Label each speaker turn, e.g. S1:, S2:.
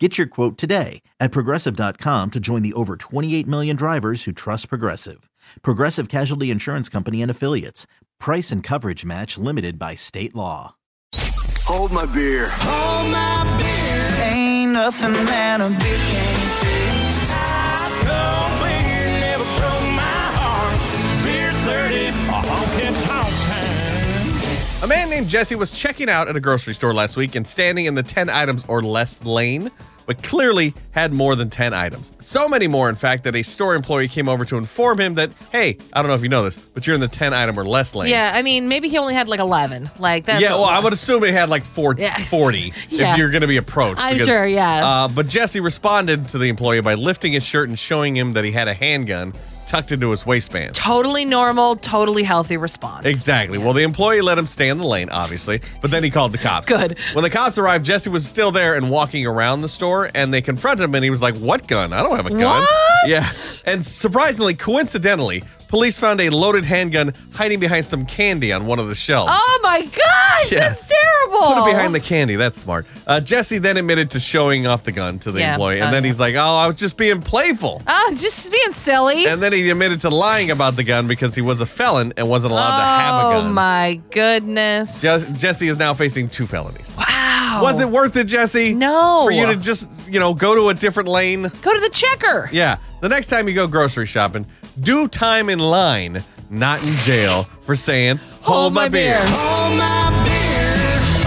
S1: Get your quote today at progressive.com to join the over 28 million drivers who trust Progressive. Progressive Casualty Insurance Company and Affiliates. Price and coverage match limited by state law.
S2: Hold my beer. Hold my beer.
S3: Ain't nothing that a beer can't fix.
S4: Cold beer never broke my heart. Beer 30, a honky tonk time.
S5: A man named Jesse was checking out at a grocery store last week and standing in the 10 items or less lane, but clearly had more than 10 items. So many more, in fact, that a store employee came over to inform him that, hey, I don't know if you know this, but you're in the 10 item or less lane.
S6: Yeah, I mean, maybe he only had like 11. Like that's
S5: yeah, well, I would assume it had like four,
S6: Yeah.
S5: 40
S6: Yeah.
S5: if you're going to be approached.
S6: I'm sure, yeah.
S5: Uh, but Jesse responded to the employee by lifting his shirt and showing him that he had a handgun tucked into his waistband.
S6: totally normal, totally healthy response.
S5: Exactly. Well, the employee let him stay in the lane, obviously, but then he called the cops.
S6: Good.
S5: When the cops arrived, Jesse was still there and walking around the store, and they confronted him, and he was like, What gun? I don't have a gun.
S6: What?
S5: Yeah. And surprisingly, coincidentally, police found a loaded handgun hiding behind some candy on one of the shelves.
S6: Oh my gosh,
S5: Yeah.
S6: that's terrible.
S5: Put it behind the
S6: Oh.
S5: candy. That's smart. Uh, Jesse then admitted to showing off the gun to the
S6: Yeah.
S5: employee, and
S6: Oh,
S5: then
S6: yeah.
S5: he's like, Oh, I was just being playful.
S6: Oh, just being silly.
S5: And then he admitted to lying about the gun because he was a felon and wasn't allowed to have a
S6: oh
S5: gun.
S6: my goodness.
S5: Jess- Jesse is now facing two felonies.
S6: wow.
S5: Was it worth it, Jesse?
S6: No.
S5: For you to just, you know, go to a different lane?
S6: Go to the checker.
S5: Yeah. The next time you go grocery shopping, do time in line, not in jail, for saying, hold, my, beer.
S2: Hold my beer.